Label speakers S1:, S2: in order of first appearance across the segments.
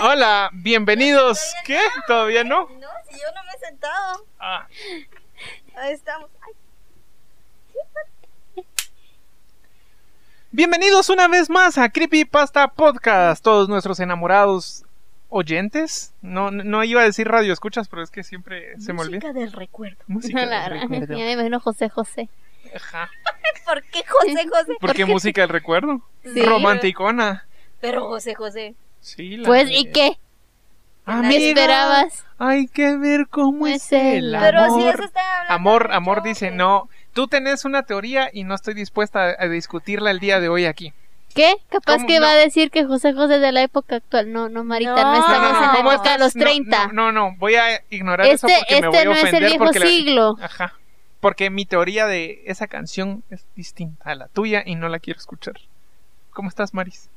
S1: Hola, bienvenidos. ¿Qué? ¿Todavía no?
S2: No, si yo no me he sentado.
S1: Ah,
S2: Ahí estamos. Ay,
S1: Bienvenidos una vez más a Creepypasta Podcast, todos nuestros enamorados oyentes. No, no iba a decir radio escuchas, pero es que siempre se me olvida.
S2: Música del recuerdo.
S1: Música
S3: No,
S1: del
S3: la verdad. Ya
S1: recuerdo.
S3: me imagino José José.
S1: Ajá.
S2: ¿Por qué José José?
S1: ¿Por qué música del recuerdo?
S3: Sí.
S1: Romanticona.
S2: Pero José José.
S1: Sí, la
S3: Pues,
S1: de-
S3: ¿y qué?
S1: Amiga,
S3: ¿Qué esperabas?
S1: Hay que ver cómo
S3: Pues
S1: es el
S3: el-
S1: amor.
S2: Pero si eso está hablando.
S1: Amor,
S2: de
S1: amor
S2: yo,
S1: dice,
S2: que-
S1: no, tú tenés una teoría y no estoy dispuesta a, a discutirla el día de hoy aquí.
S3: ¿Qué? Capaz
S1: ¿Cómo?
S3: que va
S1: No.
S3: a decir que José José es de la época actual. No, no, Marita, no,
S2: No.
S3: estamos
S2: No, no,
S3: en la
S1: ¿cómo
S3: época
S1: estás?
S3: de Ah, los
S1: No,
S3: 30.
S1: No, no, no, voy a ignorar eso
S3: este
S1: porque me voy
S3: este
S1: a
S3: no es
S1: ofender
S3: el viejo
S1: porque la-
S3: siglo.
S1: Ajá. Porque mi teoría de esa canción es distinta a la tuya y no la quiero escuchar. ¿Cómo estás, Maris?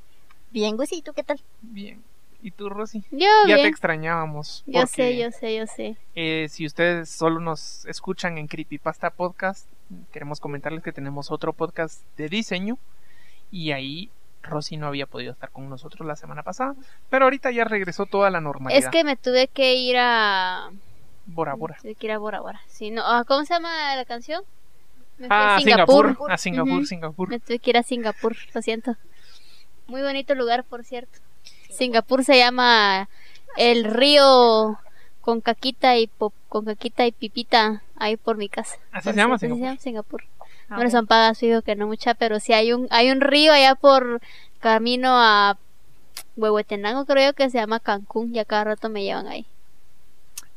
S2: Bien, Gusi, ¿tú qué tal?
S1: Bien. ¿Y tú, Rosy?
S3: Yo
S1: Ya te
S3: bien.
S1: extrañábamos.
S3: Yo sé,
S1: porque,
S3: yo sé, yo sé.
S1: eh, si ustedes solo nos escuchan en Creepypasta Podcast, queremos comentarles que tenemos otro podcast de diseño y ahí Rosy no había podido estar con nosotros la semana pasada, pero ahorita ya regresó toda la normalidad.
S3: Es que me tuve que ir a.
S1: Bora Bora.
S3: Tuve que ir a Bora Bora. Sí, no, ah, ¿Cómo se llama la canción? Me fui
S1: Ah,
S3: a
S1: Singapur.
S3: Singapur.
S1: A Singapur,
S3: Ujú.
S1: Singapur.
S3: Me tuve que ir a Singapur, lo siento. Muy bonito lugar, por cierto. Singapur se llama el río con caquita y pop- con caquita y pipita ahí por mi casa.
S1: Así
S3: Por
S1: se llama
S3: cierto,
S1: Singapur.
S3: Singapur.
S2: Ah,
S3: bueno, son pagas, fijo que no mucha, pero sí hay un hay un río allá por camino a Huehuetenango, creo yo, que se llama Cancún y a cada rato me llevan ahí.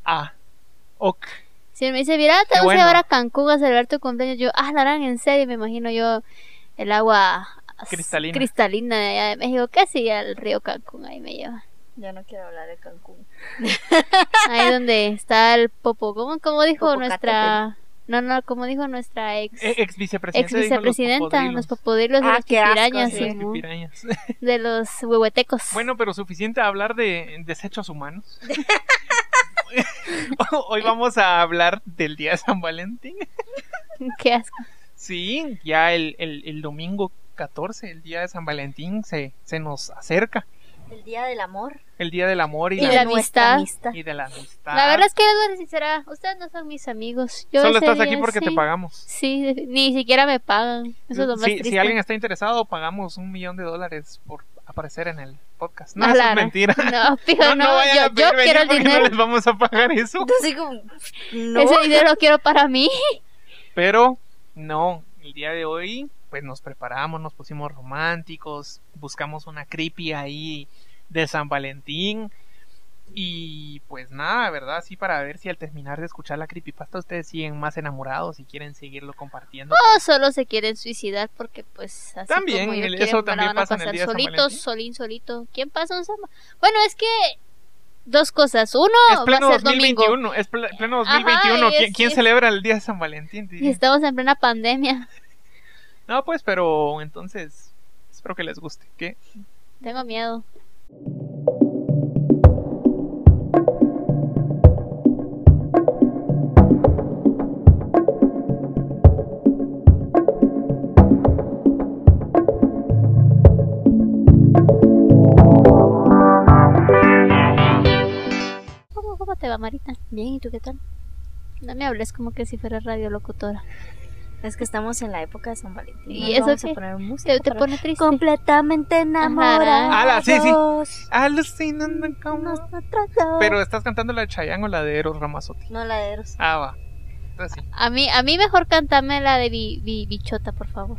S1: Ah, ok.
S3: Si me dice, mira,
S1: Qué
S3: te vas
S1: bueno.
S3: a llevar a Cancún a celebrar tu cumpleaños, yo, ah, la gran, en serio, me imagino yo el agua s-
S1: Cristalina.
S3: cristalina de allá de México, casi al río Cancún, ahí me lleva.
S2: Ya no quiero hablar de Cancún.
S3: Ahí donde está el popo, ¿cómo, cómo dijo
S2: Popocatépetl.
S3: nuestra... No, no, como dijo nuestra ex...
S1: Eh, Ex vicepresidenta.
S3: Ex
S1: dijo los
S3: vicepresidenta,
S1: cocodrilos.
S3: los popodrilos, de
S2: Ah,
S3: los
S2: qué asco,
S3: pipirañas,
S2: sí.
S1: Sí,
S3: sí,
S1: las
S3: mo-
S1: pipirañas.
S3: de los huehuetecos.
S1: Bueno, pero suficiente hablar de desechos humanos. Hoy vamos a hablar del día de San Valentín.
S3: qué asco.
S1: Sí, ya el, el- el domingo 14, el día de San Valentín, se, se nos acerca.
S2: El día del amor.
S1: El día del amor y,
S3: Y
S1: la-
S3: la
S2: nuestra
S3: amistad.
S1: y de la amistad.
S3: La verdad es que les voy a ser sincera, ustedes no son mis amigos. Yo
S1: Solo
S3: ese
S1: estás aquí
S3: día
S1: porque te
S3: sí-
S1: pagamos.
S3: Sí, de- ni siquiera me pagan. Eso es lo más
S1: si, si
S3: triste.
S1: alguien está interesado, pagamos un millón de dólares por aparecer en el podcast. No,
S3: Ah,
S1: eso es
S3: la-
S1: mentira.
S3: No, fijo,
S1: No,
S3: no,
S1: no, vayan
S3: yo,
S1: a
S3: yo
S1: pedir venir
S3: quiero el
S1: porque
S3: dinero.
S1: no les vamos a pagar eso.
S2: Entonces, como. No.
S3: Ese dinero lo quiero para mí.
S1: Pero no, el día de hoy pues nos preparamos, nos pusimos románticos, buscamos una creepy ahí de San Valentín y pues nada, ¿verdad? Así para ver si al terminar de escuchar la creepypasta ustedes siguen más enamorados y quieren seguirlo compartiendo.
S3: O solo se quieren suicidar porque pues así
S1: También,
S3: como yo
S1: el-
S3: quiero,
S1: eso
S3: me la
S1: también
S3: van a
S1: pasa en el
S3: pasar
S1: día de San
S3: solitos,
S1: Valentín.
S3: solín, solito. ¿Quién pasa un sábado? Bueno, es que dos cosas. Uno
S1: es
S3: va
S1: pleno
S3: a ser domingo
S1: 2021, es pl- pleno 2021.
S3: y
S1: ¿Quién,
S3: es-
S1: quién
S3: y es-
S1: celebra el día de San Valentín?
S3: y estamos en plena pandemia.
S1: No, pues, pero entonces espero que les guste. ¿Qué?
S3: Tengo miedo. ¿Cómo, cómo te va, Marita? Bien, ¿y tú qué tal? No me hables como que si fuera radiolocutora.
S2: Es que estamos en la época de San Valentín.
S3: ¿Y
S2: No
S3: eso
S2: vamos
S3: qué?
S2: a poner música.
S3: Te, te
S2: para-
S3: pone triste.
S2: Completamente enamorados.
S1: Ala, sí, Alucinando con los
S2: Nosotros dos.
S1: Pero estás cantando la de Chayanne o la de Eros Ramazzotti.
S2: No la de Eros.
S1: Ah, va. Entonces sí,
S3: A mí, a mí mejor cantame la de Bi- Bi- Bichota, por favor.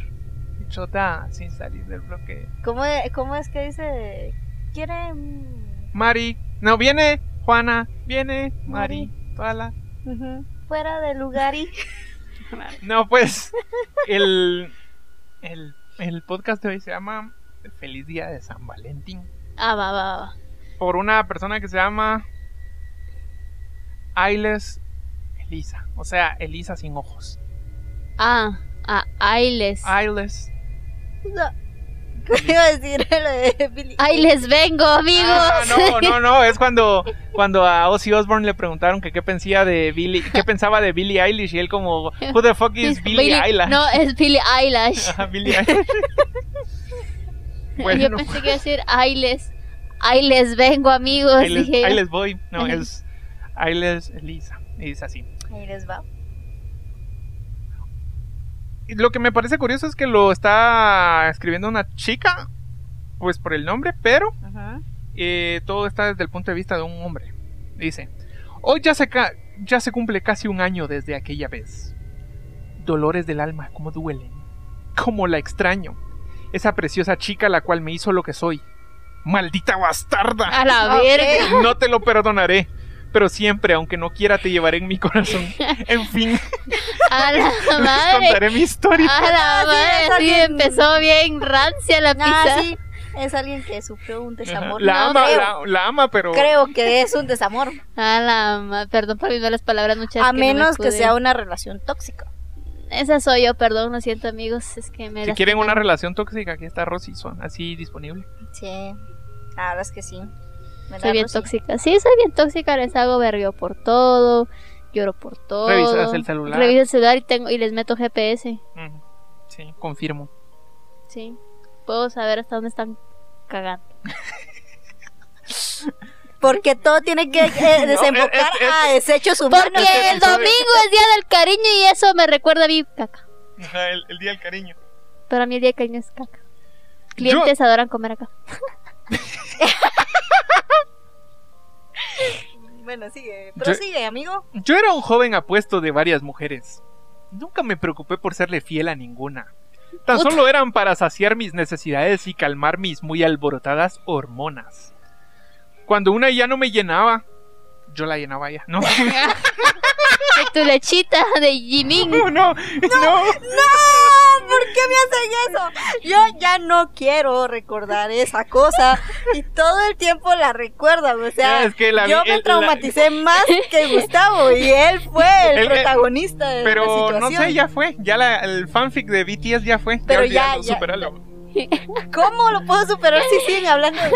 S1: chota sin salir del bloque.
S2: ¿Cómo, ¿Cómo es que dice? Quieren.
S1: Mari, no viene Juana, viene Mari, toda la-
S2: Ujú. Fuera de lugar y.
S1: No, pues el, el el podcast de hoy se llama Feliz Día de San Valentín
S3: Ah, va, va, va, va.
S1: por una persona que se llama Ailes Elisa, o sea, Elisa sin ojos.
S3: Ah, ah, Ailes.
S1: Ailes
S2: No. ¿Qué iba a decir lo de Billy?
S3: Ahí les vengo, amigos.
S1: Ah, no, no, no, es cuando, cuando a Ozzy Osbourne le preguntaron que qué pensaba de Billy, qué pensaba de Billie Eilish y él como Who the fuck is Billie Eilish?
S3: No, es Billy Eyelash.
S1: Ajá, Billie Eilish.
S3: Yo
S1: Bueno,
S3: pensé que iba a decir Ailes. Ahí les vengo, amigos.
S1: Ahí les,
S3: dije
S1: ahí
S3: yo.
S1: les voy. No,
S3: ¿eh? Ajá.
S1: es. Ahí les. Lisa. Es así.
S2: Ahí les va.
S1: Y Lo que me parece curioso es que lo está escribiendo una chica. Pues por el nombre, pero.
S2: Ujú.
S1: eh, todo está desde el punto de vista de un hombre. Dice, hoy ya se, ca- ya se cumple casi un año desde aquella vez. Dolores del alma, cómo duelen. Cómo la extraño. Esa preciosa chica la cual me hizo lo que soy. Maldita bastarda.
S3: A la
S2: Ok.
S3: verga.
S1: No te lo perdonaré. Pero siempre, aunque no quiera, te llevaré en mi corazón. En fin,
S3: A la
S1: les
S3: madre.
S1: contaré mi historia.
S3: A la
S2: Ah, sí,
S3: madre.
S2: está
S3: Sí,
S2: bien.
S3: empezó bien rancia la
S2: Ah,
S3: pizza.
S2: sí. Es alguien que sufrió un desamor.
S1: La
S2: No,
S1: ama,
S2: creo,
S1: la, la ama, pero...
S2: creo que es un desamor.
S3: A la ma- Perdón por mis malas palabras, muchachos.
S2: a menos que sea una relación tóxica.
S3: Esa soy yo, perdón, lo siento, amigos. Es que me.
S1: Si quieren una
S3: lastimaron.
S1: relación tóxica, aquí está Rosy Swan, así disponible.
S2: Sí. La verdad es que sí. ¿Verdad,
S3: Soy bien
S2: Rosy?
S3: tóxica. Sí, soy bien tóxica. Les hago berrio por todo. Lloro por todo.
S1: Revisas el celular.
S3: Reviso el celular y, tengo, y les meto GPS.
S1: Ujú. Sí, confirmo.
S3: Sí. Puedo saber hasta dónde están cagando.
S2: Porque todo tiene que eh, desembocar
S1: es- es-
S2: a desechos humanos.
S3: Porque el domingo es día del cariño y eso me recuerda a mi caca.
S1: Ajá, El, el día del cariño.
S3: Para mí el día del cariño es caca. Clientes adoran comer acá.
S2: Bueno, sigue.
S1: Yo-
S2: Prosigue, amigo.
S1: Yo era un joven apuesto de varias mujeres. Nunca me preocupé por serle fiel a ninguna. Tan
S3: Puta.
S1: solo eran para saciar mis necesidades y calmar mis muy alborotadas hormonas. Cuando una ya no me llenaba, yo la llenaba ya. No,
S3: De tu lechita de Jimin.
S1: no, no. no.
S2: ¡No! ¿Por qué me hacen eso? Yo ya no quiero recordar esa cosa. Y todo el tiempo la recuerdan. O sea,
S1: Es que la vi-
S2: yo
S1: el-
S2: me
S1: la-
S2: traumaticé más que Gustavo. Y él fue el,
S1: Él- eh,
S2: protagonista de la
S1: Pero
S2: situación.
S1: no sé, ya fue. Ya la- el fanfic de BTS ya fue.
S2: Pero ya,
S1: olvídalo,
S2: ya.
S1: supéralo.
S2: ¿Cómo lo puedo superar si siguen hablando de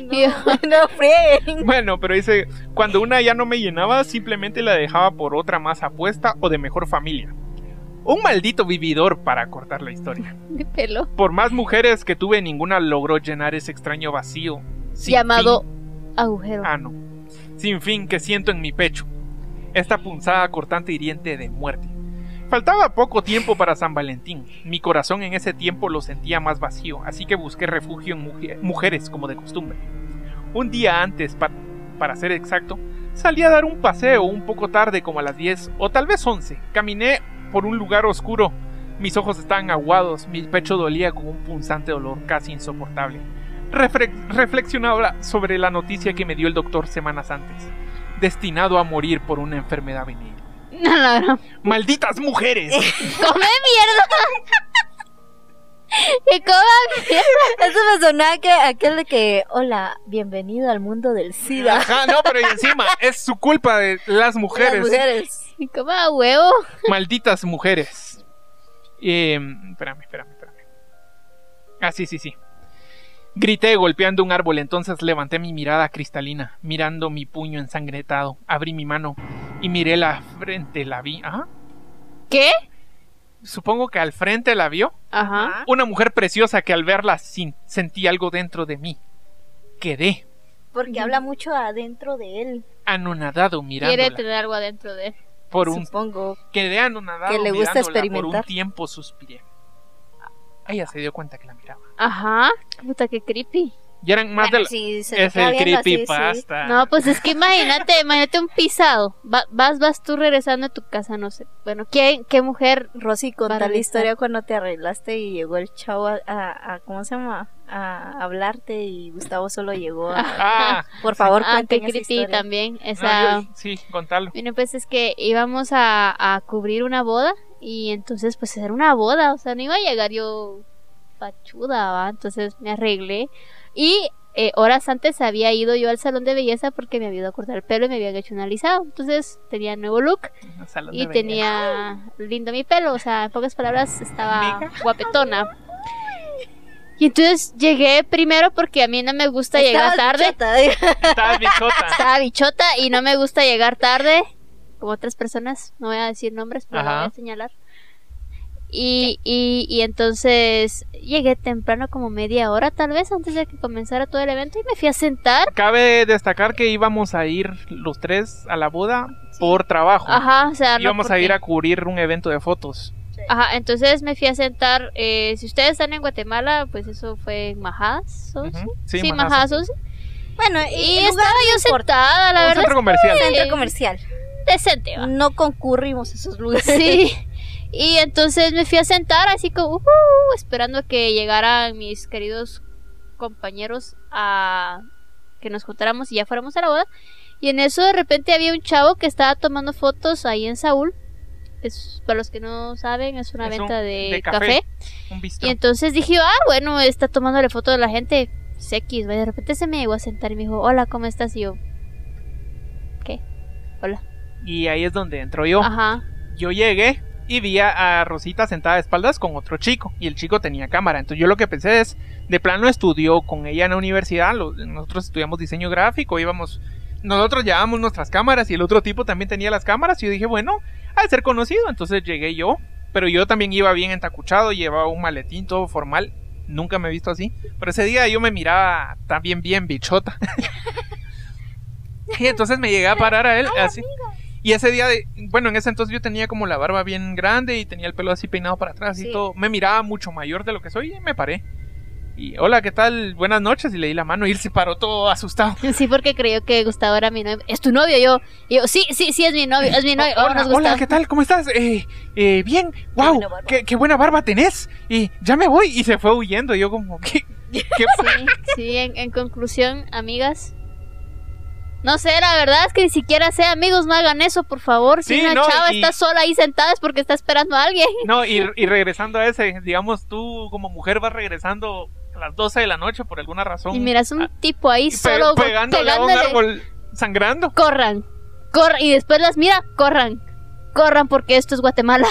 S2: él?
S3: Yo-
S2: No, no frieguen.
S1: Bueno, pero dice, cuando una ya no me llenaba, simplemente la dejaba por otra más apuesta o de mejor familia. Un maldito vividor para cortar la historia.
S3: de pelo.
S1: Por más mujeres que tuve, ninguna logró llenar ese extraño vacío. sin
S3: llamado
S1: fin-
S3: agujero.
S1: Ah, no. Sin fin que siento en mi pecho. Esta punzada cortante hiriente de muerte. Faltaba poco tiempo para San Valentín. Mi corazón en ese tiempo lo sentía más vacío, así que busqué refugio en muje- mujeres como de costumbre. Un día antes, pa- para ser exacto, salí a dar un paseo un poco tarde, como a las 10 o tal vez 11. Caminé por un lugar oscuro. Mis ojos estaban aguados, mi pecho dolía con un punzante dolor casi insoportable. Refre- reflexionaba sobre la noticia que me dio el doctor semanas antes. Destinado a morir por una enfermedad venil.
S3: No, la gran-
S1: ¡Malditas mujeres!
S3: ¡Come mierda! ¡Que coma mierda!
S2: Eso me sonaba que aquel de que, hola, bienvenido al mundo del SIDA.
S1: Ajá, no, pero y encima es su culpa de las Ah, mujeres.
S2: Las mujeres.
S3: ¡Que coma huevo!
S1: Malditas mujeres. Eh, espérame, espérame, espérame. Ah, sí, sí, sí. Grité golpeando un árbol, entonces levanté mi mirada cristalina, mirando mi puño ensangrentado. Abrí mi mano y miré la frente, la vi. Ajá.
S3: ¿Qué?
S1: Supongo que al frente la vio.
S3: Ajá.
S2: Ah,
S1: Una mujer preciosa que al verla sin- sentí algo dentro de mí. Quedé
S2: Porque habla mucho adentro de él.
S1: anonadado
S3: Quiere
S1: mirándola
S3: tener algo adentro de él.
S1: por un
S2: Supongo.
S1: quedé anonadado
S2: Que le gusta
S1: mirándola por un
S2: experimentar.
S1: tiempo suspiré. Ella se dio cuenta que la miraba.
S3: Ajá. Puta, qué creepy.
S1: Y eran más
S2: Bueno,
S1: de la-
S2: si se le
S1: es
S2: queda
S1: el
S2: viendo así, sí.
S1: creepypasta.
S3: No, pues es que imagínate, imagínate un pisado. Va- vas, vas tú regresando a tu casa, no sé. Bueno, ¿quién, qué mujer?
S2: Rosy, contá la
S3: Paralizada.
S2: historia cuando te arreglaste y llegó el chavo a, a- a- ¿cómo se llama? A hablarte y Gustavo solo llegó a...
S1: Ah,
S2: Por favor,
S3: Ah,
S2: cuenten
S3: qué
S2: esa
S3: creepy
S2: historia.
S3: también.
S1: no,
S3: Esa.
S1: yo- sí, contalo.
S3: Bueno, pues es que íbamos a, a cubrir una boda y entonces pues era una boda, o sea, no iba a llegar yo pachuda, ¿va? entonces me arreglé y eh, horas antes había ido yo al salón de belleza porque me había ido a cortar el pelo y me habían hecho un alisado, entonces tenía nuevo look
S1: Salón de
S3: y
S1: belleza.
S3: tenía lindo mi pelo, o sea, en pocas palabras estaba guapetona. Y entonces llegué primero porque a mí no me gusta llegar
S2: Estabas
S3: tarde.
S2: bichota, digo.
S1: Estás bichota.
S3: Estaba bichota y no me gusta llegar tarde, como otras personas, no voy a decir nombres, pero lo
S1: Ajá.
S3: voy a señalar. Y, y, y entonces llegué temprano, como media hora tal vez, antes de que comenzara todo el evento, y me fui a sentar.
S1: Cabe destacar que íbamos a ir los tres a la boda por trabajo.
S3: Ajá, o sea, no
S1: íbamos a
S3: porque-
S1: ir a cubrir un evento de fotos.
S3: Ajá, entonces me fui a sentar. eh, si ustedes están en Guatemala, pues eso fue en Majadas. ¿o sí?
S1: Ujú,
S3: Sí,
S1: Majazo.
S3: Majadas. ¿o sí?
S2: Bueno, y,
S3: Y
S2: el lugar
S3: estaba yo sentada, la
S1: Un
S3: verdad,
S1: centro comercial.
S3: Sí.
S2: centro comercial.
S3: decente, va.
S2: No concurrimos a esos lugares.
S3: Sí. Y entonces me fui a sentar así como, "Ujú", esperando a que llegaran mis queridos compañeros a que nos juntáramos y ya fuéramos a la boda. Y en eso de repente había un chavo que estaba tomando fotos ahí en Saúl. Es, para los que no saben, es una
S1: Es un-
S3: venta de,
S1: de café.
S3: café.
S1: Un
S3: Y
S1: bistro.
S3: entonces dije, ah, bueno, está tomándole foto de la gente. pues, X, güey. de repente se me llegó a sentar y me dijo, hola, ¿cómo estás? Y yo,
S1: Y ahí es donde entro yo.
S3: ajá.
S1: Yo llegué y vi a, a Rosita sentada de espaldas con otro chico. Y el chico tenía cámara. Entonces yo lo que pensé es, de plano estudió con ella en la universidad. lo- nosotros estudiamos diseño gráfico, íbamos... Nosotros llevábamos nuestras cámaras y el otro tipo también tenía las cámaras. Y yo dije, bueno, al ser conocido, entonces llegué yo. Pero yo también iba bien entacuchado, llevaba un maletín todo formal. Nunca me he visto así. Pero ese día yo me miraba también bien bichota. y entonces me llegué a parar a él así. Y ese día, de- bueno, en ese entonces yo tenía como la barba bien grande y tenía el pelo así peinado para atrás
S2: Sí.
S1: y todo. Me miraba mucho mayor de lo que soy y me paré. Y hola, ¿qué tal? Buenas noches. Y le di la mano y él se paró todo asustado.
S3: Sí, porque creyó que Gustavo era mi novio. ¿Es tu novio? Yo, y yo sí, sí, sí, es mi novio, es mi novio.
S1: "Oh,
S3: Oh,
S1: hola,
S3: nos
S1: hola,
S3: gusta.
S1: ¿qué tal? ¿Cómo estás? Eh, eh, bien, wow,
S2: buena barba.
S1: qué, qué buena barba tenés. Y ya me voy. Y se fue huyendo. Y yo como, ¿qué? qué pa-?"
S3: Sí, sí, en, en conclusión, amigas. No sé, la verdad es que ni siquiera sé, amigos, no hagan eso, por favor. Si
S1: Sí,
S3: una
S1: no,
S3: chava
S1: y-
S3: está sola ahí sentada es porque está esperando a alguien.
S1: No, y, y regresando a ese, digamos, tú como mujer vas regresando a las 12 de la noche por alguna razón.
S3: Y miras un
S1: Ah,
S3: tipo ahí
S1: pe-
S3: solo
S1: pegándole a un árbol sangrando.
S3: corran, corran, y después las mira, corran, corran porque esto es Guatemala.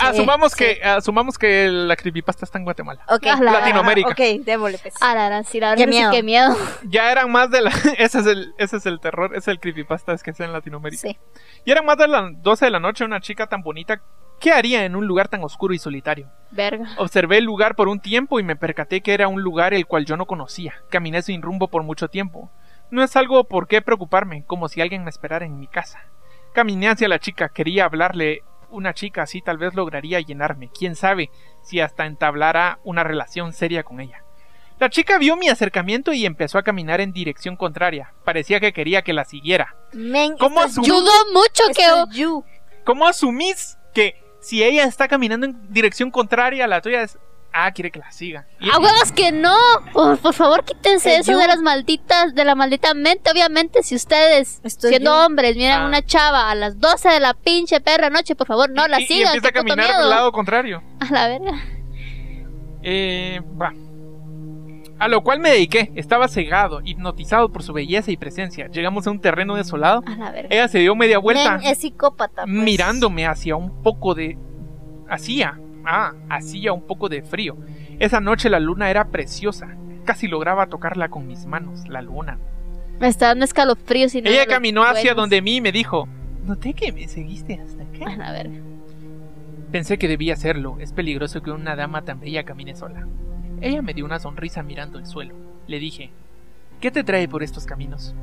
S1: asumamos
S2: sí.
S1: que asumamos que la creepypasta está en Guatemala.
S2: Ok,
S3: Ah,
S2: la-
S1: Latinoamérica.
S2: Ok, démosle pues.
S3: Ah, la, la, sí, la
S2: Qué
S3: verdad sí,
S2: miedo.
S3: qué miedo.
S1: Ya eran más de la ese es el ese es el terror, ese es el creepypasta es que sea en Latinoamérica.
S2: Sí.
S1: Y eran más de las 12 de la noche una chica tan bonita ¿Qué haría en un lugar tan oscuro y solitario?
S3: Verga.
S1: Observé el lugar por un tiempo y me percaté que era un lugar el cual yo no conocía. Caminé sin rumbo por mucho tiempo. No es algo por qué preocuparme, como si alguien me esperara en mi casa. Caminé hacia la chica, quería hablarle. Una chica así tal vez lograría llenarme. Quién sabe si hasta entablara una relación seria con ella. La chica vio mi acercamiento y empezó a caminar en dirección contraria. Parecía que quería que la siguiera.
S2: Men,
S1: ¿Cómo
S2: esto
S1: asumo?
S2: es you,
S3: Dudo mucho
S2: esto
S3: que
S2: es you.
S1: ¿Cómo asumís que si ella está caminando en dirección contraria a la tuya es... Ah, quiere que la siga. Y-
S3: a huevos que no. Por, por favor, quítense
S2: Eh,
S3: eso
S2: yo-
S3: de las malditas, de la maldita mente. Obviamente, si ustedes,
S2: Estoy
S3: siendo
S2: yo.
S3: hombres, miran
S1: Ah.
S3: una chava a las 12 de la pinche perra noche, por favor, no la
S1: y- y
S3: sigan.
S1: empieza a
S3: qué puto
S1: caminar al
S3: miedo.
S1: lado contrario.
S3: A la verga.
S1: Eh, va. A lo cual me dediqué. Estaba cegado, hipnotizado por su belleza y presencia. Llegamos a un terreno desolado.
S3: A la verga.
S1: Ella se dio media vuelta,
S3: eh,
S2: Men es psicópata. pues.
S1: mirándome hacia un poco de... Hacía, ah, hacía un poco de frío. Esa noche la luna era preciosa. Casi lograba tocarla con mis manos, la luna.
S3: Me está dando escalofríos y no
S1: Ella
S3: de los
S1: caminó hacia
S3: buenos.
S1: donde mí y me dijo, noté que me seguiste hasta acá.
S3: A la verga.
S1: Pensé que debía hacerlo. Es peligroso que una dama tan bella camine sola. Ella me dio una sonrisa mirando el suelo. Le dije, ¿qué te trae por estos caminos?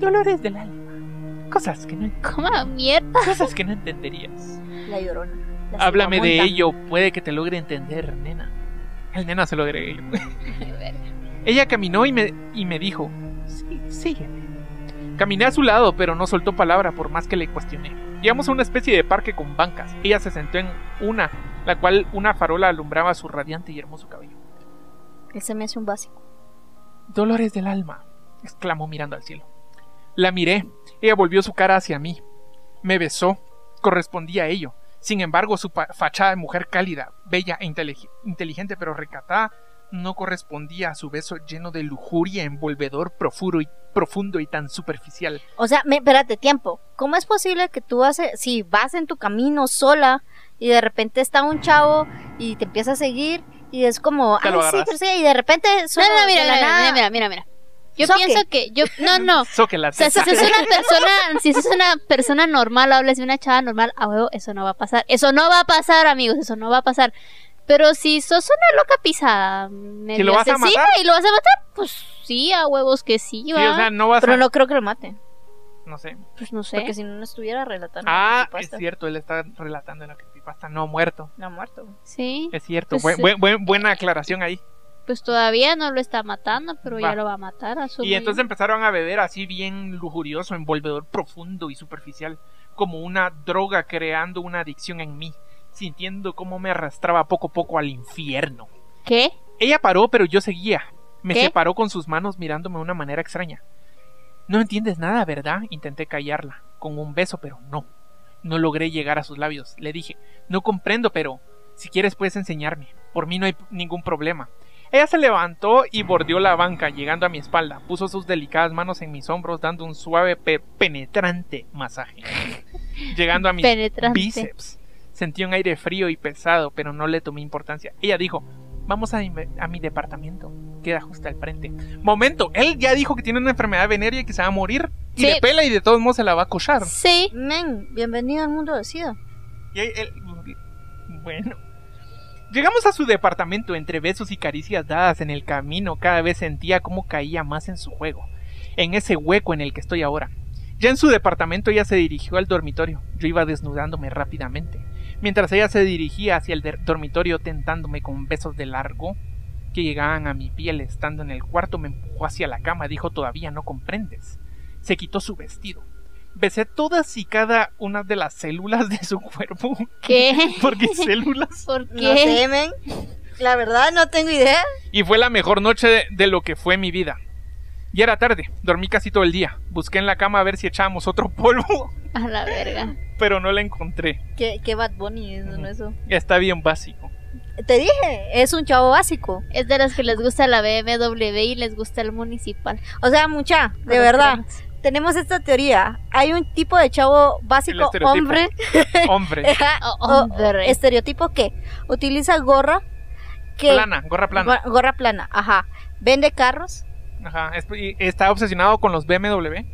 S1: Dolores del alma. Cosas que no,
S3: Coma mierda.
S1: cosas que no entenderías.
S2: La llorona. la
S1: Háblame de
S2: Salamonta.
S1: ello. Puede que te logre entender, nena. El nena se lo agregué yo.
S3: verga.
S1: Ella caminó y me, y me dijo, sí, sígueme. Caminé a su lado, pero no soltó palabra por más que le cuestioné. Llegamos a una especie de parque con bancas. Ella se sentó en una, la cual una farola alumbraba su radiante y hermoso cabello.
S2: Ese me hace un básico.
S1: Dolores del alma, exclamó mirando al cielo. La miré, ella volvió su cara hacia mí. Me besó, correspondía a ello. Sin embargo, su pa- fachada de mujer cálida, bella e intelig- inteligente pero recatada, no correspondía a su beso lleno de lujuria, envolvedor, profuro y profundo y tan superficial.
S2: O sea, me, espérate, tiempo. ¿Cómo es posible que tú haces, si vas en tu camino sola y de repente está un chavo y te empieza a seguir y es como,
S1: Te lo
S2: ay, sí,
S1: agarras.
S2: pero sí", y de repente
S3: No,
S2: suena
S3: no, mira,
S2: de la
S3: mira,
S2: nada.
S3: mira, mira, mira, mira. Yo
S2: Soque.
S3: pienso que yo no no.
S1: So que la
S3: O sea, si sos una persona, si sos una persona normal, hablas de una chava normal, a huevo, eso no va a pasar. Eso no va a pasar, amigos, eso no va a pasar. Pero si sos una loca pisada, medio
S1: lo vas a
S3: asesina
S1: matar?
S3: y lo vas a matar, pues sí, a huevos que sí,
S1: Sí,
S3: va.
S1: o sea, no vas
S4: Pero
S1: a...
S4: no creo que lo maten.
S1: No sé.
S3: pues no sé.
S4: Porque si no, no estuviera relatando. la
S1: Ah, es
S4: creepypasta.
S1: cierto, él está relatando la creepypasta, no muerto.
S4: No ha muerto.
S3: Sí,
S1: Es cierto,
S3: Pues
S1: buen-
S3: sí.
S1: buen- buen- buena aclaración ahí.
S3: pues todavía no lo está matando, pero
S1: Va.
S3: ya lo va a matar. asumo
S1: Y
S3: yo.
S1: entonces empezaron a beber así bien lujurioso, envolvedor profundo y superficial, como una droga creando una adicción en mí, sintiendo cómo me arrastraba poco a poco al infierno.
S3: ¿Qué?
S1: Ella paró, pero yo seguía. Me
S3: ¿Qué?
S1: separó con sus manos mirándome de una manera extraña. No entiendes nada, ¿verdad? Intenté callarla con un beso, pero no. No logré llegar a sus labios. Le dije, no comprendo, pero si quieres puedes enseñarme. Por mí no hay ningún problema. Ella se levantó y bordeó la banca, llegando a mi espalda. Puso sus delicadas manos en mis hombros, dando un suave, pe- penetrante masaje. llegando a mis
S3: Penetrante.
S1: bíceps. Sentí un aire frío y pesado, pero no le tomé importancia. Ella dijo, vamos a, inve- a mi departamento. Queda justo al frente. Momento, él ya dijo que tiene una enfermedad venérea y que se va a morir. Y
S3: Sí.
S1: le pela y de todos modos se la va a cochar.
S3: Sí.
S2: Men, bienvenido al mundo de SIDA.
S1: Y ahí él- Bueno. Llegamos a su departamento entre besos y caricias dadas en el camino. Cada vez sentía cómo caía más en su juego. En ese hueco en el que estoy ahora. Ya en su departamento ella se dirigió al dormitorio. Yo iba desnudándome rápidamente. Mientras ella se dirigía hacia el der- dormitorio tentándome con besos de largo que llegaban a mi piel estando en el cuarto me empujó hacia la cama. Dijo todavía no comprendes. Se quitó su vestido. Besé todas y cada una de las células de su cuerpo.
S3: ¿Qué?
S1: Porque células.
S3: ¿Por qué?
S2: No sé, men. La verdad, no tengo idea.
S1: Y fue la mejor noche de, de lo que fue mi vida. Ya era tarde, dormí casi todo el día. Busqué en la cama a ver si echábamos otro polvo,
S3: A la verga.
S1: pero no la encontré.
S4: ¿Qué, qué Bad Bunny es ¿no? eso?
S1: Está bien básico.
S2: Te dije, es un chavo básico.
S3: Es de los que les gusta la BMW y les gusta el municipal.
S2: O sea, mucha, de
S3: Los
S2: verdad.
S3: trenes.
S2: Tenemos esta teoría. Hay un tipo de chavo
S1: El
S2: básico,
S1: estereotipo.
S2: hombre,
S1: Hombre,
S3: Oh,
S2: o-
S3: hombre.
S2: estereotipo que utiliza gorra que
S1: plana, gorra plana.
S2: gor- gorra plana, ajá. Vende carros,
S1: Ajá, es- y está obsesionado con los BMW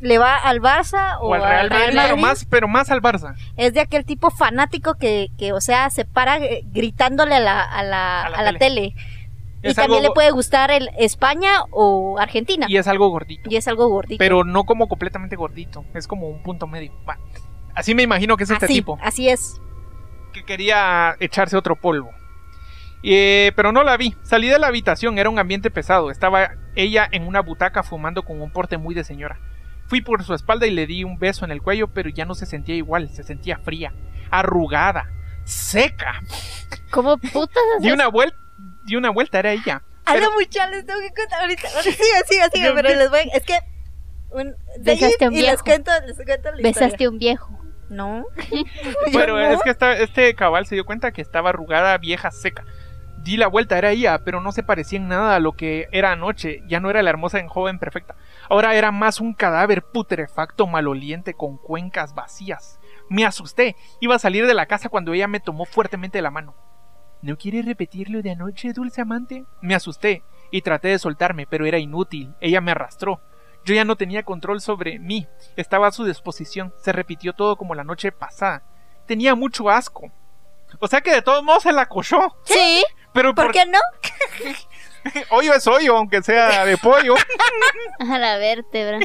S2: le va al Barça o,
S1: o al Real Madrid, pero más, pero más al Barça.
S2: Es de aquel tipo fanático que, que o sea, se para eh, gritándole a la, a la,
S1: A la
S2: a la tele. Y
S1: Es
S2: también
S1: algo
S2: le puede gustar el España o Argentina.
S1: Y es algo gordito,
S2: Y es algo gordito.
S1: pero no como completamente gordito, es como un punto medio. Va. Así me imagino que es este
S2: así,
S1: tipo.
S2: así es.
S1: que quería echarse otro polvo. Eh, pero no la vi. Salí de la habitación, era un ambiente pesado. Estaba ella en una butaca fumando con un porte muy de señora. Fui por su espalda y le di un beso en el cuello, pero ya no se sentía igual, se sentía fría, arrugada, seca.
S3: ¿Cómo putas
S1: Di
S3: haces?
S1: una vuelta, di una vuelta era ella.
S2: A
S1: Pero-
S2: la muchacha les tengo que contar ahorita. Ahora sigue, sigue, sigue,
S1: Yo-
S2: pero les voy. Es que. Un,
S3: Besaste a un
S2: y les
S3: viejo.
S2: cuento, les cuento la historia.
S3: Besaste a un viejo.
S2: No.
S1: Pero
S2: no.
S1: es que esta- este cabal se dio cuenta que estaba arrugada, vieja, seca. Di la vuelta, era ella, pero no se parecía en nada a lo que era anoche. Ya no era la hermosa en joven perfecta. Ahora era más un cadáver putrefacto, maloliente, con cuencas vacías. Me asusté. Iba a salir de la casa cuando ella me tomó fuertemente la mano. ¿No quieres repetir lo de anoche, dulce amante? Me asusté y traté de soltarme, pero era inútil. Ella me arrastró. Yo ya no tenía control sobre mí. Estaba a su disposición. Se repitió todo como la noche pasada tenía mucho asco. O sea que de todos modos se la cochó.
S3: Sí.
S1: Pero
S2: ¿Por qué no?
S1: hoyo es hoyo, aunque sea de pollo.
S3: A la vértebra.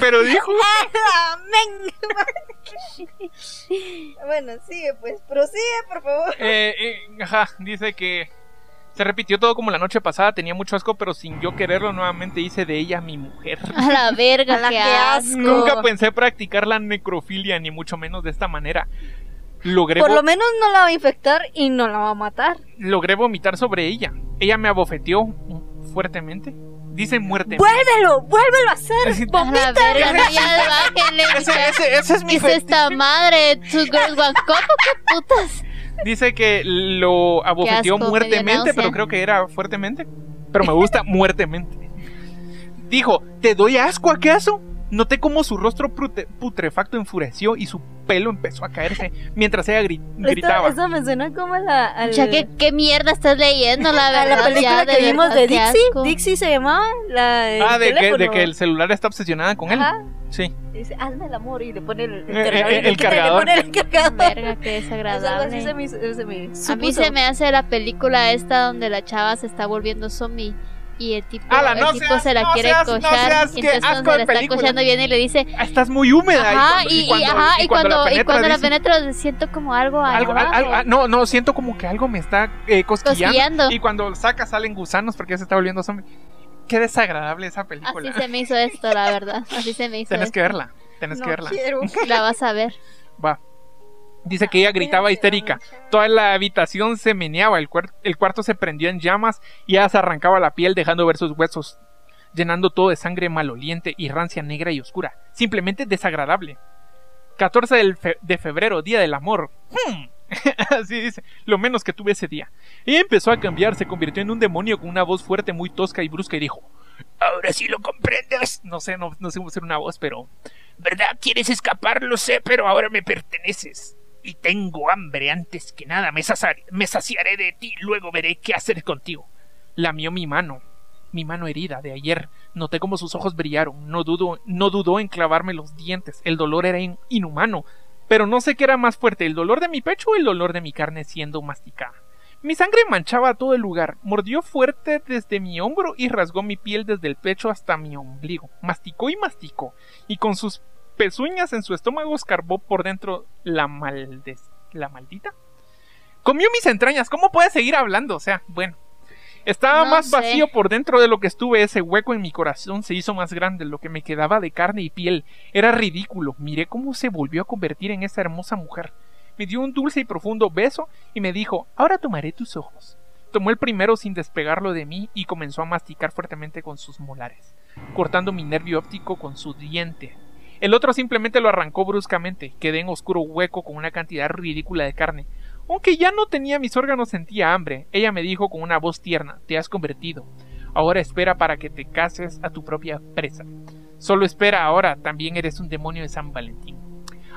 S1: Pero dijo.
S2: Amén. bueno, sigue, pues. Prosigue, por favor.
S1: eh, eh, ajá, dice que se repitió todo como la noche pasada. Tenía mucho asco, pero sin yo quererlo, nuevamente hice de ella mi mujer.
S3: A la verga.
S2: A la
S3: qué
S2: que
S3: asco.
S2: asco.
S1: Nunca pensé practicar la necrofilia, ni mucho menos de esta manera. Logré
S2: Por
S1: vo-
S2: lo menos no la va a infectar y no la va a matar.
S1: logré vomitar sobre ella. Ella me abofeteó fuertemente. Dice muerte.
S2: ¡Vuélvelo! ¡Vuélvelo a hacer!
S3: A la verga, no, ya bájenle.
S1: Ese, ese- ese es mi
S3: ¿Qué es esta madre? ¿Two girls one cup o qué putas?
S1: Dice que lo abofeteó
S3: asco, me dio
S1: muertemente,
S3: náusea.
S1: pero creo que era fuertemente. Pero me gusta muertemente. Dijo, ¿te doy asco acaso? Noté cómo su rostro prute- putrefacto enfureció y su pelo empezó a caerse mientras ella gri-
S2: Esto,
S1: gritaba.
S2: eso me suena como a la, al-
S3: Ya que qué mierda estás leyendo, la
S2: a
S3: verdad.
S2: la película
S3: ya,
S2: que vimos
S3: verdad,
S2: de
S3: qué
S2: Dixie.
S3: asco.
S2: Dixie se llamaba la del
S1: Ah, de que,
S2: teléfono.
S1: de que el celular está obsesionada con él.
S2: Ajá.
S1: Sí.
S4: Y Dice, hazme el amor y le pone el, el
S1: Eh, eh,
S4: cargador y
S1: eh,
S4: le
S1: el
S4: quita
S1: cargador.
S2: Le pone el cargador.
S3: Verga, qué
S4: Pues algo así
S3: desagradable.
S4: se me, hizo- se me
S3: A mí
S4: supuso.
S3: se me hace la película esta donde la chava se está volviendo zombie y el tipo,
S1: Ala, no
S3: el tipo
S1: seas-
S3: se la
S1: no
S3: quiere
S1: seas- no
S3: cochar
S1: seas,
S3: y
S1: qué
S3: entonces
S1: asco
S3: cuando
S1: de
S3: se la está
S1: película.
S3: cochando viene y le dice
S1: Ah, Estás muy húmeda. y
S3: ajá
S1: cuando-
S3: y, y ajá y cuando, y
S1: penetra,
S3: cuando la
S1: dice,
S3: penetro siento como algo,
S1: algo,
S3: abajo,
S1: al- al- ah, no, no, siento como que algo me está eh, cosquillando.
S3: cosquillando
S1: Y cuando saca salen gusanos porque ya se está volviendo zombie. Qué desagradable esa película.
S3: así se me hizo esto la verdad así se me hizo
S1: Tenés
S3: esto.
S1: que verla. Tenés que verla.
S2: quiero.
S3: la vas a ver
S1: Va. Dice que ella gritaba histérica. Toda la habitación se meneaba, el, cuer- el cuarto se prendió en llamas y ella se arrancaba la piel dejando ver sus huesos, llenando todo de sangre maloliente y rancia negra y oscura. Simplemente desagradable. 14 del fe- de febrero, Día del Amor. Hmm. Así dice, lo menos que tuve ese día. Y empezó a cambiar, se convirtió en un demonio con una voz fuerte, muy tosca y brusca y dijo, ahora sí lo comprendes. No sé, no, no sé cómo hacer una voz, pero... ¿Verdad? ¿Quieres escapar? Lo sé, pero ahora me perteneces. Y tengo hambre antes que nada. Me, sazar- me saciaré de ti. Luego veré qué hacer contigo. Lamió mi mano. Mi mano herida de ayer. Noté cómo sus ojos brillaron. No dudó, no dudó en clavarme los dientes. El dolor era in- inhumano. Pero no sé qué era más fuerte, el dolor de mi pecho o el dolor de mi carne siendo masticada. Mi sangre manchaba todo el lugar, mordió fuerte desde mi hombro y rasgó mi piel desde el pecho hasta mi ombligo. Masticó y masticó y con sus pezuñas en su estómago escarbó por dentro la maldes la maldita. Comió mis entrañas, ¿cómo puedes seguir hablando? O sea, bueno. Estaba
S3: No
S1: más
S3: sé.
S1: vacío por dentro de lo que estuve, ese hueco en mi corazón se hizo más grande, lo que me quedaba de carne y piel. Era ridículo, miré cómo se volvió a convertir en esa hermosa mujer. Me dio un dulce y profundo beso y me dijo, ahora tomaré tus ojos. Tomó el primero sin despegarlo de mí y comenzó a masticar fuertemente con sus molares cortando mi nervio óptico con su diente. El otro simplemente lo arrancó bruscamente, quedé en oscuro hueco con una cantidad ridícula de carne. Aunque ya no tenía mis órganos, sentía hambre. Ella me dijo con una voz tierna, te has convertido. Ahora espera para que te cases a tu propia presa. Solo espera ahora, también eres un demonio de San Valentín.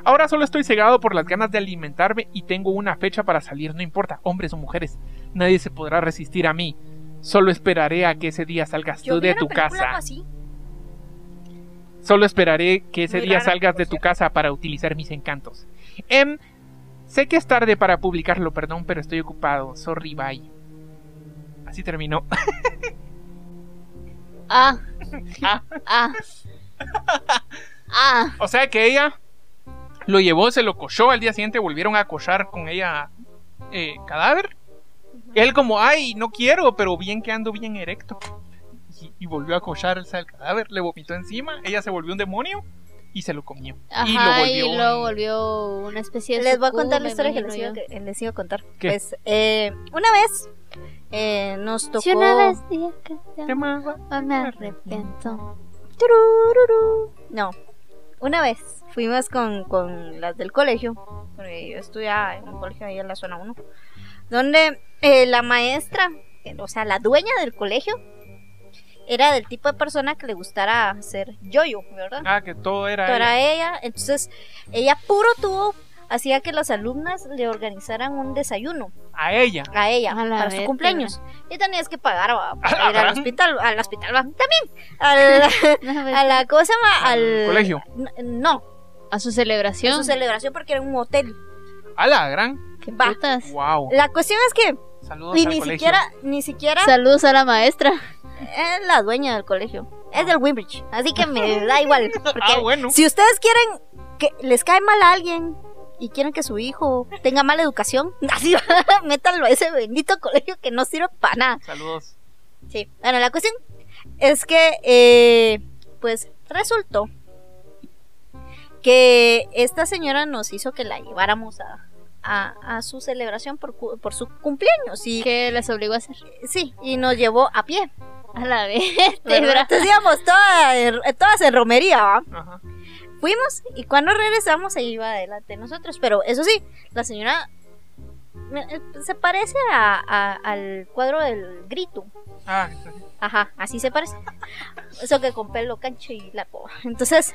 S1: Ahora solo estoy cegado por las ganas de alimentarme y tengo una fecha para salir, no importa, hombres o mujeres, nadie se podrá resistir a mí. Solo esperaré a que ese día salgas tú de tu casa. Solo esperaré que ese
S2: Muy
S1: día
S2: raro,
S1: salgas
S2: por
S1: de tu casa para utilizar mis encantos. Em, sé que es tarde para publicarlo, perdón, pero estoy ocupado. Sorry, bye. Así terminó.
S3: ah
S1: Ah.
S3: ah ah
S1: O sea que ella lo llevó, se lo cochó. Al día siguiente volvieron a cochar con ella eh, cadáver. Él como, ay, no quiero, pero bien que ando bien erecto. Y, y volvió a cochar al cadáver, le vomitó encima, ella se volvió un demonio y se lo comió.
S3: Ajá,
S1: y
S3: y
S1: lo volvió.
S3: luego
S1: un-
S3: volvió una especie de.
S2: Les voy a
S3: sucubo,
S2: contar
S3: me
S2: la historia que les, iba,
S3: imagino
S2: que les iba a contar.
S1: ¿Qué?
S2: Pues, eh, una vez eh, nos
S3: yo.
S2: tocó.
S3: Si una vez dije que te
S1: Te amaba.
S3: amaba, me arrepiento.
S2: Turururu. No, una vez fuimos con, con las del colegio, porque yo estudiaba en un colegio ahí en la zona 1, donde eh, la maestra, eh, o sea, la dueña del colegio, era del tipo de persona que le gustara hacer yoyo, ¿verdad?
S1: Ah, que todo era. ella.
S2: Para ella, entonces ella puro tuvo, hacía que las alumnas le organizaran un desayuno
S1: a ella.
S2: a ella
S3: A la
S2: para su
S3: vértebra.
S2: cumpleaños. Y tenías que pagar va, para
S1: la
S2: ir al
S1: gran.
S2: hospital, al hospital, va, también, al,
S3: Una vez-
S2: a la, ¿cómo se llama? Al
S1: Colegio.
S2: N- No,
S3: A su
S2: a
S3: celebración.
S2: su celebración porque era un hotel.
S1: A la gran.
S3: Qué
S2: Va.
S3: putas.
S1: Wow.
S2: La cuestión es que
S1: Saludos
S2: Eh, y
S1: al
S2: ni
S1: colegio.
S2: siquiera, ni siquiera
S3: Saludos a la maestra.
S2: es la dueña del colegio. Es del Wimbridge, así que me da igual. porque
S1: Ah, bueno.
S2: Si ustedes quieren que les cae mal a alguien y quieren que su hijo tenga mala educación, así métanlo a ese bendito colegio que no sirve para nada.
S1: Saludos.
S2: Sí, bueno, la cuestión es que, eh, pues, resultó que esta señora nos hizo que la lleváramos a, a- a su celebración por, cu- por su cumpleaños. Y,
S3: ¿Qué les obligó a hacer?
S2: sí, y nos llevó a pie.
S3: A la
S2: ¿verdad?
S3: vértebra.
S2: Entonces íbamos toda en- todas en romería, ¿va?
S1: Ajá.
S2: Fuimos y cuando regresamos se iba adelante de nosotros. Pero eso sí, la eh, señora me- se parece a- a- al cuadro del grito.
S1: Ah,
S2: Ajá, así se parece. Eso que con pelo cancho y largo. Entonces,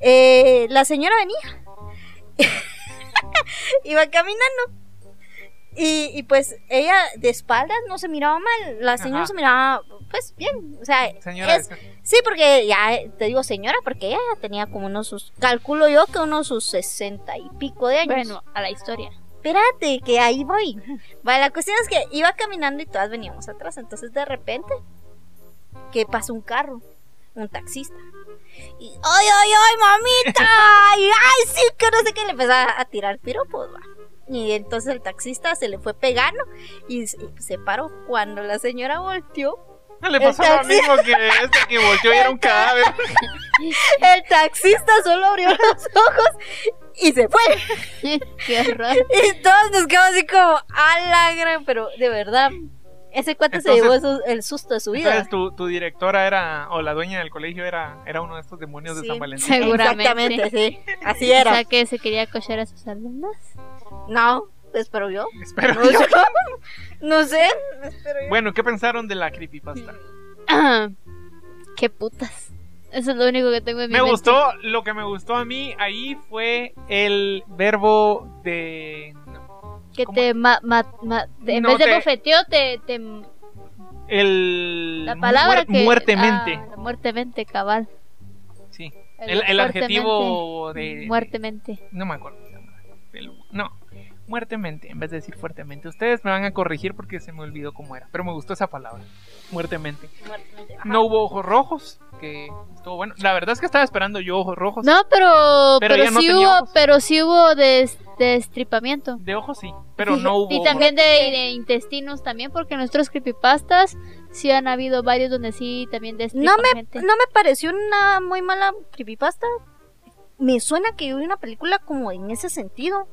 S2: eh, la señora venía. Iba caminando. Y, y, pues ella de espaldas no se miraba mal. La señora
S1: Ajá.
S2: se miraba pues bien. O sea,
S1: señora.
S2: es- sí, porque ya eh, te digo señora, porque ella ya tenía como unos sus... Calculo yo que unos sus sesenta y pico de años
S3: Bueno, a la historia.
S2: espérate, que ahí voy. Va, la cuestión es que iba caminando y todas veníamos atrás. Entonces, de repente, que pasó un carro, un taxista. Y, ¡ay, ay, ay, mamita! ¡Ay, ay, sí! Que no sé qué le empezaba a tirar piropos, va. Y entonces el taxista se le fue pegando y se y se paró. Cuando la señora volteó,
S1: No le pasó lo
S2: Entonces-
S1: mismo que este que volteó y era un cadáver.
S2: el taxista solo abrió los ojos y se fue.
S3: Qué horror.
S2: Y todos nos quedamos así como, a la gran", pero de verdad, ese cuate se llevó
S1: Entonces-
S2: eso- el susto de su vida.
S1: Entonces tu, tu directora era, o la dueña del colegio era, era uno de estos demonios
S2: Sí.
S1: de San Valentín.
S3: Seguramente.
S2: Exactamente, sí. Así
S3: O
S2: era.
S3: sea que se quería cochar a sus alumnas.
S2: No, espero yo.
S1: Espero.
S2: No, sé. No sé.
S1: Bueno, ¿qué pensaron de la creepypasta?
S3: Qué putas. Eso es lo único que tengo en mi
S1: Me
S3: mente.
S1: gustó, lo que me gustó a mí ahí fue el verbo de...
S3: Que
S1: ¿Cómo?
S3: te ma- ma- ma- te- en
S1: No,
S3: vez de
S1: te-
S3: bofeteo, te, te-
S1: El...
S3: la palabra
S1: muer-
S3: que
S1: Muertemente.
S3: Ah, muertemente, cabal.
S1: Sí. El, el adjetivo de...
S3: Muertemente.
S1: No me acuerdo. El- no. Muertemente, en vez de decir fuertemente. Ustedes me van a corregir porque se me olvidó cómo era. Pero me gustó esa palabra. Muertemente. No hubo ojos rojos, que estuvo bueno. La verdad es que estaba esperando yo ojos rojos.
S3: No, pero,
S1: Pero
S3: pero,
S1: ya no
S3: sí
S1: tenía
S3: hubo,
S1: ojos.
S3: pero sí hubo des- destripamiento.
S1: De ojos sí, pero
S3: Sí,
S1: no hubo.
S3: Y
S1: ojos.
S3: también de, de intestinos también, porque en nuestros creepypastas sí han habido varios donde sí también destripan gente.
S2: No me pareció una muy mala creepypasta. Me suena que yo vi una película como en ese sentido.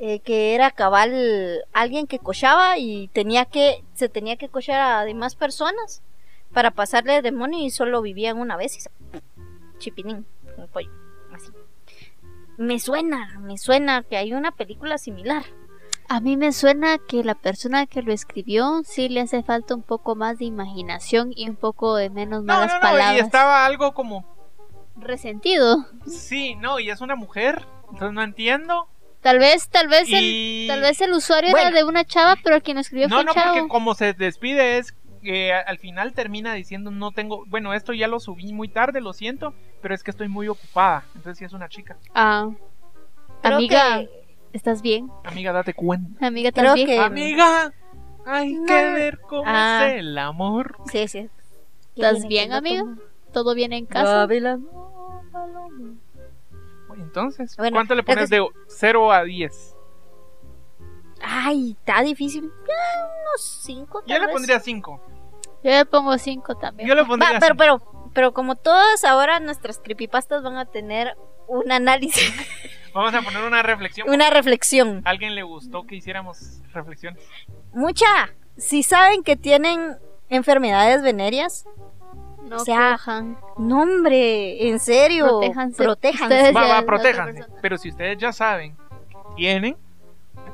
S2: Eh, que era cabal alguien que cochaba y tenía que se tenía que cochar a demás personas para pasarle el demonio y solo vivían una vez y se... chipinín un pollo así me suena me suena que hay una película similar
S3: A mí me suena que la persona que lo escribió sí le hace falta un poco más de imaginación y un poco de menos
S1: No,
S3: malas
S1: no, no,
S3: palabras.
S1: y estaba algo como.
S3: resentido.
S1: Sí, no, y es una mujer, entonces no entiendo.
S3: Tal vez, tal vez el
S1: y...
S3: tal vez el usuario
S2: Bueno.
S3: era de una chava, pero quien lo escribió
S1: No,
S3: fue
S1: no,
S3: un chavo.
S1: porque como se despide es que a- al final termina diciendo no tengo. Bueno, esto ya lo subí muy tarde, lo siento, pero es que estoy muy ocupada. Entonces sí es una chica.
S3: Ah.
S2: Creo
S3: Amiga,
S2: que-
S3: ¿estás bien?
S1: Amiga, date cuenta.
S3: Amiga,
S2: Creo
S3: ¿estás bien?
S2: que-
S1: Amiga, hay
S2: Eh. No.
S1: que ver cómo
S2: Ah.
S1: es el amor.
S2: sí sí
S3: ¿Estás bien, amiga? ¿Todo bien en casa?
S1: Oye, Entonces,
S2: Bueno,
S1: ¿cuánto le
S2: creo que
S1: pones de 0 a 10?
S2: Ay, está difícil. Ya, unos cinco,
S1: Yo
S2: tal
S1: le
S2: vez.
S1: pondría 5.
S3: Yo le pongo cinco también.
S1: Yo le
S2: Va,
S1: pondría
S2: pero,
S1: cinco.
S2: pero, pero como todas ahora nuestras creepypastas van a tener un análisis,
S1: Vamos a poner una reflexión.
S2: pues una reflexión.
S1: ¿A alguien le gustó que hiciéramos reflexiones?
S2: Mucha, si saben que tienen enfermedades venerias,
S3: No
S2: O sea,
S3: cojan.
S2: no hombre, en serio,
S3: Protéjanse.
S2: protéjanse.
S3: Ustedes- Es
S1: Va,
S3: de la
S1: va,
S3: otra
S1: protéjanse.
S3: persona.
S1: Pero si ustedes ya saben que tienen,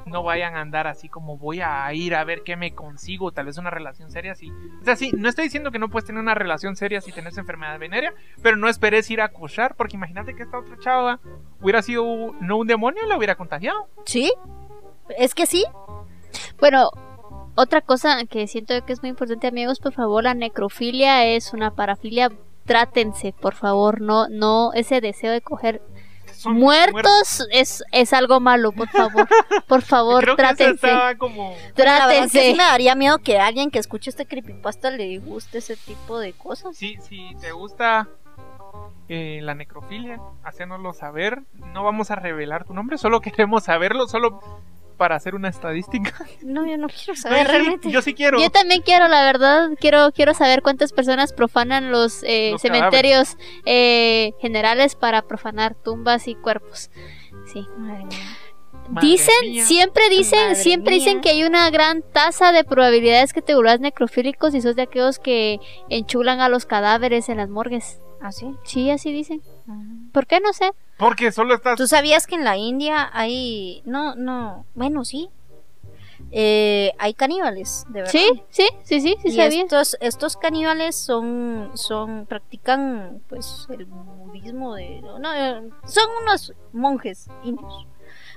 S1: no vayan a andar así como voy a ir a ver qué me consigo, tal vez una relación seria así. O sea, sí, no estoy diciendo que no puedes tener una relación seria si tenés enfermedad venérea, pero no esperes ir a acusar, porque imagínate que esta otra chava hubiera sido u- no un demonio, la hubiera contagiado.
S2: Sí, es que sí.
S3: Bueno, otra cosa que siento que es muy importante, amigos, por favor, la necrofilia es una parafilia. Trátense, por favor, no, no, ese deseo de coger
S1: Son
S3: muertos, Es, es algo malo, por favor, por favor,
S1: Creo que esa
S3: trátense,
S1: estaba como.
S2: La verdad es que sí
S3: trátense.
S2: me daría miedo que alguien que escuche este creepypasta le guste ese tipo de cosas.
S1: Si, si te gusta eh, la necrofilia, hacénoslo saber. No vamos a revelar tu nombre, solo queremos saberlo, solo para hacer una estadística.
S2: No, yo no quiero
S1: No,
S2: saber
S1: yo sí-
S2: realmente.
S1: yo sí quiero.
S3: Yo también quiero, la verdad, quiero, quiero saber cuántas personas profanan los, eh,
S1: Los
S3: cementerios eh, generales para profanar tumbas y cuerpos. Sí.
S2: Madre mía.
S1: Madre
S3: dicen,
S1: mía.
S3: siempre dicen,
S2: Madre
S3: siempre dicen
S2: mía.
S3: que hay una gran tasa de probabilidades que te vuelvas necrofílico si sos de aquellos que enchulan a los cadáveres en las morgues.
S2: ¿Ah, sí?
S3: Sí, así dicen.
S2: Ah.
S3: ¿Por qué no sé?
S1: Porque solo estás.
S2: ¿Tú sabías que en la India hay... No, no, bueno, sí. eh, hay caníbales, de verdad.
S3: Sí, sí, sí, sí, sí
S2: y
S3: sabía.
S2: estos, estos caníbales son, son, practican pues el budismo de, no, no, eh, son unos monjes indios.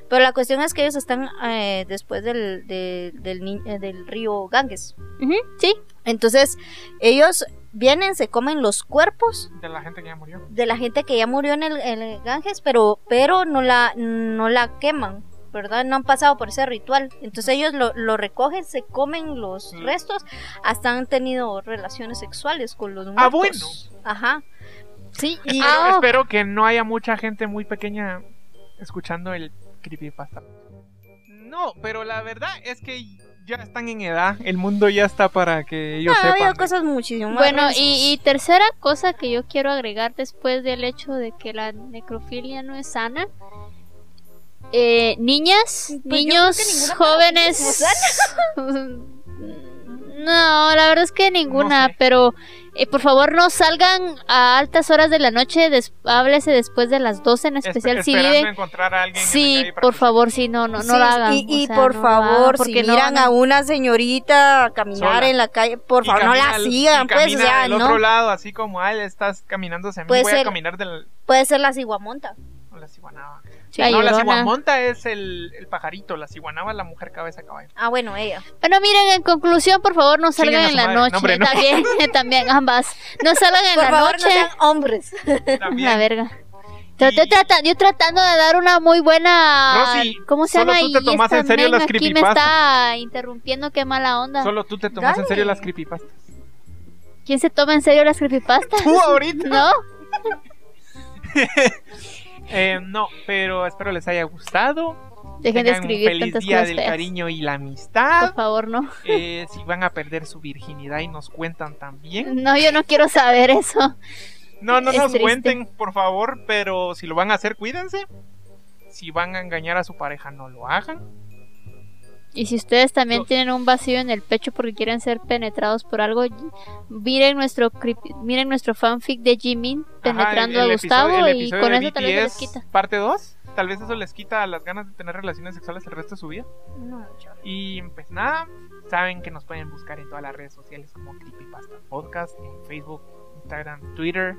S2: Pero la cuestión es que ellos están eh, después del, de- del, ni- eh, del río Ganges.
S3: Ujú, sí,
S2: Entonces, ellos vienen, se comen los cuerpos
S1: de la gente que ya murió.
S2: de la gente que ya murió en el, en el Ganges, pero, pero no, la, no la queman, ¿verdad? No han pasado por ese ritual. Entonces ellos lo, lo recogen, se comen los
S1: Sí.
S2: restos, hasta han tenido relaciones sexuales con los muertos.
S1: Ah,
S2: Ajá. Sí, y
S3: Ah, ok.
S1: Espero que no haya mucha gente muy pequeña escuchando el creepypasta. No, pero la verdad es que ya están en edad. El mundo ya está para que ellos
S2: no, ha habido
S1: sepan.
S2: cosas muchísimo más.
S3: Bueno,
S2: raras.
S3: y, y tercera cosa que yo quiero agregar después del hecho de que la necrofilia no es sana. eh, niñas,
S2: Pues yo creo que
S3: niños,
S2: ninguna
S3: jóvenes. no, la verdad es que ninguna,
S1: No sé.
S3: pero eh, por favor no salgan a altas horas de la noche, des- háblese después de las 12 en
S1: Espe-
S3: especial si
S1: esperando
S3: viven.
S1: encontrar a alguien en la
S3: Sí,
S1: calle para
S3: por
S1: que-
S3: favor, sí, no, no, no
S2: Sí,
S3: lo hagan.
S2: Y, y
S3: o sea,
S2: por
S3: no lo hagan,
S2: favor, si
S3: porque no
S2: miran
S3: van
S2: a una señorita caminar
S1: Sola.
S2: en la calle, por
S1: Y
S2: favor, no la
S1: camina al-
S2: sigan,
S1: y
S2: pues, o
S1: camina
S2: sea,
S1: del
S2: no.
S1: otro lado, así como, ay, estás caminando hacia mí,
S2: Puede
S1: voy a
S2: ser-
S1: caminar del...
S2: Puede ser la ciguamonta.
S1: no, La ciguanaba.
S3: La
S1: no, la
S3: Llorona.
S1: ciguamonta es el, el pajarito, la ciguanaba es la mujer cabeza de caballo.
S2: Ah, bueno, ella.
S3: Bueno, miren, en conclusión, por favor, no
S1: Chinguen
S3: salgan
S1: a
S3: en
S1: su
S3: la
S1: madre.
S3: noche.
S1: No, hombre, no.
S3: También, también, ambas. No salgan en
S2: Por
S3: la
S2: favor,
S3: noche.
S2: no sean hombres.
S1: También,
S3: La verga. Yo, te
S1: Y-
S3: trata- yo tratando de dar una muy buena.
S1: Rosy,
S3: ¿Cómo se
S1: solo
S3: llama?
S1: tú te
S3: Y
S1: tomas
S3: esta
S1: en serio
S3: men
S1: las
S3: aquí me
S1: creepypastas.
S3: está interrumpiendo, qué mala onda.
S1: Solo tú te tomas en serio
S2: Dale.
S1: las creepypastas.
S3: ¿Quién se toma en serio las creepypastas?
S1: Tú ahorita.
S3: ¿No?
S1: Eh, no, pero espero les haya gustado.
S3: Dejen de
S1: Tengan un
S3: escribir
S1: feliz
S3: tantas
S1: día
S3: cosas
S1: del
S3: feas.
S1: cariño y la
S3: Por
S1: amistad.
S3: favor, no.
S1: Eh, si van a perder su virginidad y nos cuentan también.
S3: No, yo no quiero saber eso.
S1: No, no
S3: Es
S1: nos
S3: triste.
S1: cuenten, por favor, pero si lo van a hacer, cuídense. Si van a engañar a su pareja, no lo hagan.
S3: Y si ustedes también
S1: No.
S3: tienen un vacío en el pecho porque quieren ser penetrados por algo, y- miren nuestro creep- miren nuestro fanfic de Jimin penetrando
S1: Ajá, el- el
S3: a Gustavo
S1: episodio- el
S3: y
S1: episodio
S3: con
S1: de
S3: eso tal vez se les
S1: BTS
S3: quita.
S1: Parte 2. Tal vez eso les quita las ganas de tener relaciones sexuales el resto de su vida.
S2: No, yo-
S1: Y pues nada, saben que nos pueden buscar en todas las redes sociales como Creepypasta Podcast, en Facebook, Instagram, Twitter,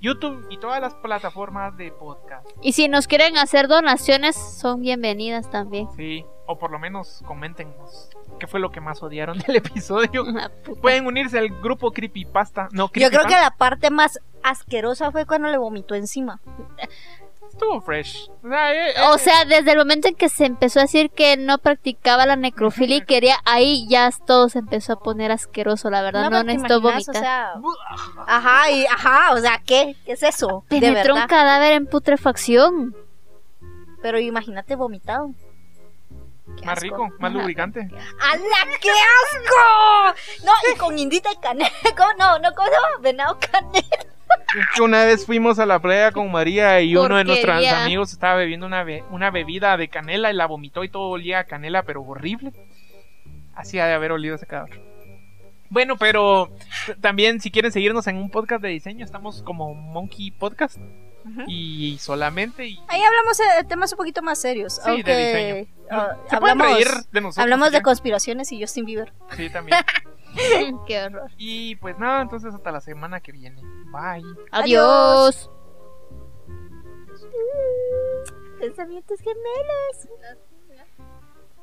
S1: YouTube y todas las plataformas de podcast.
S3: Y si nos quieren hacer donaciones, son bienvenidas también.
S1: Sí, o por lo menos coméntenos qué fue lo que más odiaron del episodio.
S3: Ah, puta.
S1: Pueden unirse al grupo Creepypasta. No,
S2: Yo creo que
S1: Creepypasta
S2: la parte más asquerosa fue cuando le vomitó encima.
S1: estuvo fresh. O sea, eh, eh,
S2: Oh,
S3: O sea, desde el momento en que se empezó a decir que no practicaba la necrofilia y quería, ahí ya todo se empezó a poner asqueroso, la verdad, no,
S2: pero te
S3: necesito
S2: imaginas, O
S3: vomitar.
S2: sea, ajá, y, ajá, o sea, ¿qué? ¿Qué es eso? De
S3: Penetró un
S2: verdad.
S3: cadáver en putrefacción.
S2: Pero imagínate vomitado. Qué
S1: más
S2: asco.
S1: rico, más
S3: Ajá.
S1: lubricante.
S2: ¡Hala, qué asco! No, y con indita y canela. ¿Cómo? No, no, ¿cómo se llama? Venado canela.
S1: Es que Una vez fuimos a la playa con María y uno de nuestros
S3: Porquería.
S1: amigos estaba bebiendo una, be- una bebida de canela y la vomitó y todo olía a canela, pero horrible. Así ha de haber olido ese cadáver. Bueno, pero t- también si quieren seguirnos en un podcast de diseño, estamos como Monkey Podcast y solamente... Y,
S2: Ahí hablamos eh, de temas un poquito más serios.
S1: Sí, de
S2: aunque,
S1: diseño.
S2: ah,
S1: se pueden
S2: hablamos,
S1: reír de nosotros.
S2: hablamos
S1: si
S2: de
S1: quieren.
S2: conspiraciones y Justin Bieber.
S1: Sí, también.
S3: Qué horror.
S1: Y pues nada, entonces hasta la semana que viene. Bye.
S3: Adiós.
S2: Pensamientos gemelos.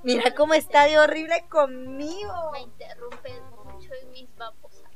S2: Mira cómo está de horrible conmigo.
S3: interrumpes mucho en mis babosas.